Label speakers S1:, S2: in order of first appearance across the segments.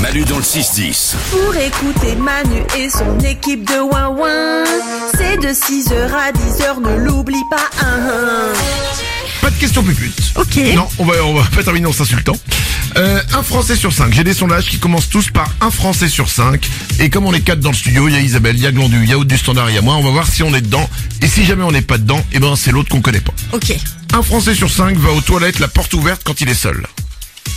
S1: Manu dans le 6-10.
S2: Pour écouter Manu et son équipe de Wouin C'est de 6h à 10h, ne l'oublie pas. Hein,
S3: Pas de questions puputes.
S2: Ok.
S3: Non, on va, on va pas terminer en s'insultant. Euh, un Français sur cinq. J'ai des sondages qui commencent tous par un Français sur cinq. Et comme on est quatre dans le studio, il y a Isabelle, il y a Glandu, il y a Haute du Standard, il y a moi. On va voir si on est dedans. Et si jamais on n'est pas dedans, eh ben c'est l'autre qu'on connaît pas.
S2: Ok.
S3: Un Français sur cinq va aux toilettes la porte ouverte quand il est seul.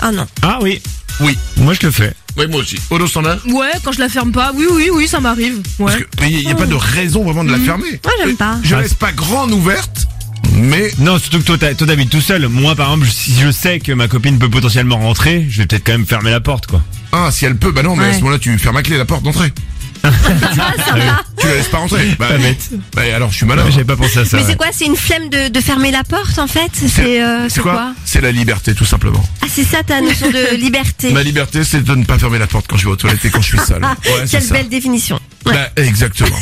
S2: Ah non.
S4: Ah oui.
S3: Oui.
S4: Moi, je le fais.
S3: Oui, moi aussi. Odo Standard
S5: Ouais, quand je la ferme pas. Oui, oui, oui, ça m'arrive. Ouais.
S3: Parce que il n'y a pas de raison vraiment de la fermer.
S2: Mmh. Moi, j'aime pas.
S3: Je laisse pas grande ouverte, mais
S4: Non, surtout que toi, t'as- toi, t'habites tout seul. Moi, par exemple, si je sais que ma copine peut potentiellement rentrer, je vais peut-être quand même fermer la porte, quoi.
S3: ah si elle peut, bah non, mais à
S2: Ouais.
S3: ce moment-là tu fermes à clé la porte d'entrée.
S6: Ah,
S3: tu, tu la laisses pas rentrer. Bah,
S4: Pas bête.
S3: bah, alors je suis malin.
S4: J'avais pas pensé à ça.
S6: Mais
S4: ouais.
S6: c'est quoi C'est une flemme de, de fermer la porte en fait C'est euh, c'est quoi
S3: C'est la liberté tout simplement.
S6: Ah c'est ça ta notion de liberté. Ah,
S3: Ma liberté c'est de ne pas fermer la porte quand je vais aux toilettes et quand je suis seul. Ouais, c'est
S6: Quelle
S3: ça.
S6: belle définition. Ouais.
S3: Bah, exactement.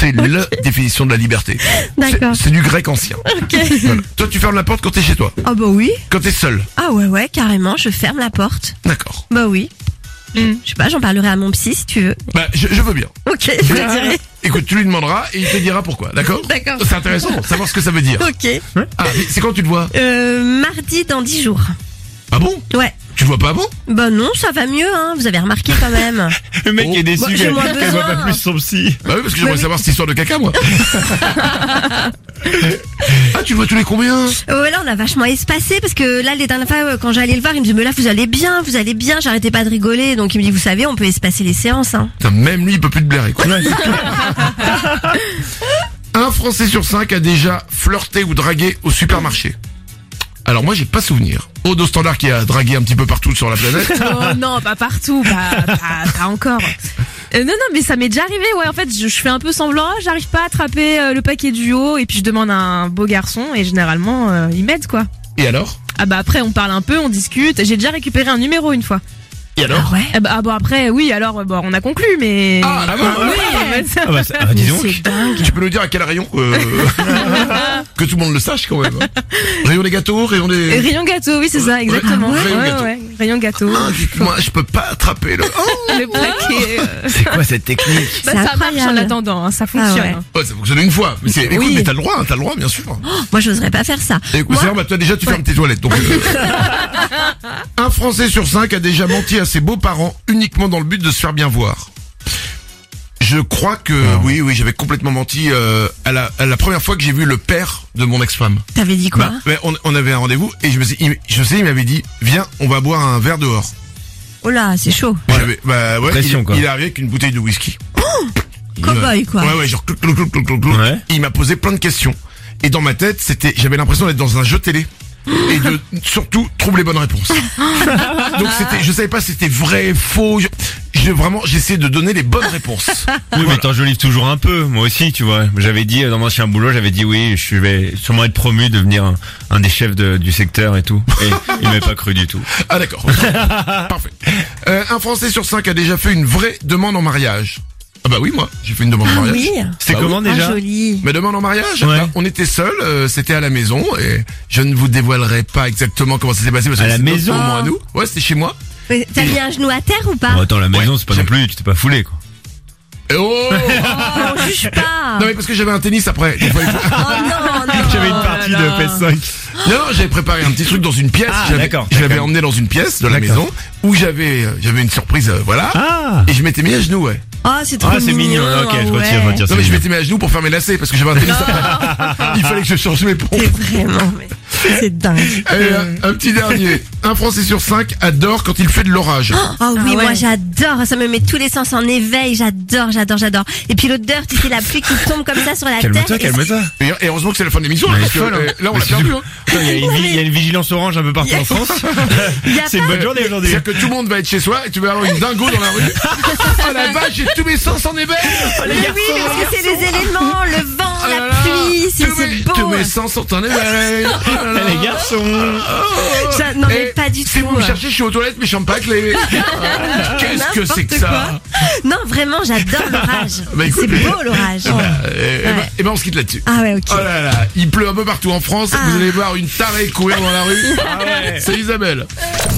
S3: c'est la définition de la liberté.
S6: D'accord.
S3: C'est c'est du grec ancien. Voilà. Toi tu fermes la porte quand t'es chez toi,
S6: Ah bah oui.
S3: quand t'es seul.
S6: Ah ouais ouais carrément. Je ferme la porte.
S3: D'accord.
S6: Bah oui.
S5: Mm.
S6: Je sais pas. J'en parlerai à mon psy si tu veux.
S3: Bah je, je veux bien. Ah,
S6: Ok. Je le dirai.
S3: Écoute, tu lui demanderas et il te dira pourquoi, d'accord
S6: D'accord.
S3: C'est intéressant, savoir ce que ça veut dire.
S6: Ok.
S3: Ah, mais c'est quand tu le vois
S6: Euh, mardi dans 10 jours.
S3: Ah bon
S6: Ouais.
S3: Tu le vois pas avant
S6: Bah non, ça va mieux, hein. Vous avez remarqué quand même.
S4: Le mec
S3: Oh.
S4: est déçu
S6: Moi, j'ai
S4: qu'elle
S6: moins
S4: qu'elle voit
S6: besoin.
S4: pas plus son psy.
S3: Bah oui, parce que j'aimerais savoir cette histoire de caca, moi. ah, tu le vois tous les combien
S6: Euh, ouais, là, on a vachement espacé parce que là, les dernières fois, euh, quand j'allais le voir, il me dit mais là, vous allez bien, vous allez bien. J'arrêtais pas de rigoler, donc il me dit vous savez, on peut espacer les séances. Hein.
S3: Putain, même lui, il peut plus te blairer, quoi. Un Français sur cinq a déjà flirté ou dragué au supermarché. Alors moi, j'ai pas souvenir. Odo Standard qui a dragué un petit peu partout sur la planète.
S5: Oh, non, pas partout, pas, pas, pas encore. Euh, non, non, mais ça m'est déjà arrivé. Ouais, en fait, je, je fais un peu semblant. ah, J'arrive pas à attraper euh, le paquet du haut et puis je demande à un beau garçon et généralement euh, il m'aide quoi.
S3: Et alors
S5: Ah bah après on parle un peu, on discute. J'ai déjà récupéré un numéro une fois.
S3: Et alors
S6: Ouais.
S5: Ah bah, ah, bon après oui alors bon on a conclu mais.
S3: Ah, la bonne.
S5: oui. mais ça-
S4: Ah bah, ça- ah, dis donc.
S3: Tu peux nous dire à quel rayon euh, Que tout le monde le sache quand même. hein. Rayon des gâteaux, rayon des...
S5: Rayon gâteau, oui c'est ça, exactement.
S3: Ah ouais
S5: ouais,
S3: Rayon
S5: ouais, rayon gâteau.
S3: Ah, dites-moi, je peux pas attraper le. Oh,
S5: Le paquet. euh,
S4: C'est quoi cette technique
S6: C'est
S5: bah, ça marche en
S6: incroyable.
S5: attendant, hein, ça fonctionne.
S6: ouais.
S5: hein.
S3: ouais, ça fonctionne une fois. Mais c'est, écoute,
S6: Oui.
S3: mais t'as le droit, hein, t'as le droit, bien sûr.
S6: Moi, j'oserais pas faire ça.
S3: Et écoute,
S6: Moi-
S3: c'est vrai, bah, toi déjà, tu fermes tes toilettes. Donc, euh, un Français sur cinq a déjà menti à ses beaux-parents uniquement dans le but de se faire bien voir. Je crois que oui, oui, j'avais complètement menti euh, à, la, à la première fois que j'ai vu le père de mon ex-femme.
S6: T'avais dit quoi
S3: Bah, ouais, on, on avait un rendez-vous et je me suis, il- je sais, il m'avait dit, viens, on va boire un verre dehors.
S6: Oh là, c'est chaud.
S3: J'avais- bah, ouais,
S4: Pression,
S3: il,
S4: quoi.
S3: il est arrivé avec une bouteille de whisky.
S6: Cowboy, quoi.
S3: Ouais, ouais, genre clou, clou, clou, clou, clou, clou.
S4: Ouais.
S3: Il m'a posé plein de questions. Et dans ma tête, c'était, j'avais l'impression d'être dans un jeu télé. Et de surtout trouver les bonnes réponses. Donc c'était, je savais pas si c'était vrai, faux. Je, je- vraiment, j'essayais de donner les bonnes réponses.
S4: Oui, mais t'enjolives toujours un peu. Moi aussi, tu vois. J'avais dit euh, dans mon ancien boulot, j'avais dit oui, je vais sûrement être promu, devenir un, un des chefs de- du secteur et tout. Et il m'avait pas cru du tout.
S3: Ah d'accord. Parfait. Euh, un Français sur cinq a déjà fait une vraie demande en mariage. Ah bah oui, moi, j'ai fait une demande en
S6: Ah
S3: mariage.
S6: oui.
S4: C'était
S3: Bah
S4: comment
S6: Ah,
S4: déjà
S6: joli.
S3: Ma demande en mariage,
S4: Ouais.
S3: bah, on était seuls, euh, c'était à la maison et je ne vous dévoilerai pas exactement comment ça s'est passé parce que
S4: À la
S3: c'est notre
S4: maison
S3: moment à nous. Ouais, c'était chez moi.
S6: Mais T'as mis un genou à terre ou
S4: Bon,
S6: pas
S4: Attends, la maison,
S3: Ouais,
S4: c'est pas
S3: j'ai-
S4: non plus, tu t'es pas foulé, quoi.
S3: Et oh
S6: Oh, on juge pas.
S4: Ah.
S3: Non mais parce que j'avais un tennis après. Il fallait-
S6: Oh non, non.
S4: J'avais une
S5: partie là là. de
S4: PS5.
S3: non, j'avais préparé un petit truc dans une pièce.
S4: Ah,
S3: j'avais,
S4: d'accord,
S3: je l'avais
S4: d'accord.
S3: emmené dans une pièce de la
S4: D'accord.
S3: maison où j'avais euh, j'avais une surprise, euh, voilà.
S4: Ah
S3: Et je m'étais mis à genoux, ouais.
S6: Oh, c'est trop
S4: Ah, c'est mignon. Ok, je retire, je retire.
S3: Non
S4: c'est
S3: mais je
S4: mignon.
S3: m'étais mis à genoux pour faire mes lacets parce que j'avais un tennis après. Il fallait que je change mes pompes.
S6: C'est vraiment, mais c'est dingue.
S3: Et, euh, un petit dernier. Un Français sur cinq adore quand il fait de l'orage.
S6: Oh oui,
S5: Ah ouais.
S6: moi j'adore, ça me met tous les sens en éveil, j'adore, j'adore, j'adore. Et puis l'odeur, tu sais, la pluie qui tombe comme ça sur la terre.
S4: Calme-toi,
S6: et-
S4: calme-toi.
S3: Et et heureusement que c'est la fin de l'émission. parce que, euh, Là, on l'a perdu. hein.
S4: Putain, Il y, a une vi- il y a une vigilance orange un peu partout en France.
S6: y a
S4: C'est une
S6: pas-
S4: bonne journée aujourd'hui.
S3: C'est-à-dire que tout le monde va être chez soi et tu vas avoir une dingo dans la rue. Oh la vache, j'ai tous mes sens en éveil.
S6: Mais oui, parce que c'est les éléments, le vent,
S4: Oh
S3: Oh
S6: dans la pluie, c'est
S3: Tous mes-
S6: c'est beau.
S3: Tous mes sens sont en éveil. Oh là là.
S4: Les garçons.
S6: Ça- non, mais
S3: Eh,
S6: pas du
S3: Si
S6: tout.
S3: vous me cherchez, je suis aux toilettes, mais je chante pas avec les. Qu'est-ce que
S6: N'importe
S3: c'est que
S6: quoi.
S3: ça
S6: Non, vraiment, j'adore l'orage.
S3: Bah, écoute,
S6: c'est beau l'orage.
S3: Euh, eh ben-
S6: Ouais.
S3: Eh ben, on se quitte là-dessus.
S6: Ah ouais, ok.
S3: Oh là là, il pleut un peu partout en France.
S6: Ah.
S3: Vous allez voir une tarée courir dans la rue. C'est Isabelle.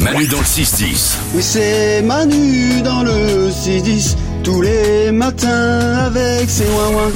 S1: Manu dans le 6-10.
S7: Oui, c'est Manu dans le 6-10, tous les matins avec ses ouin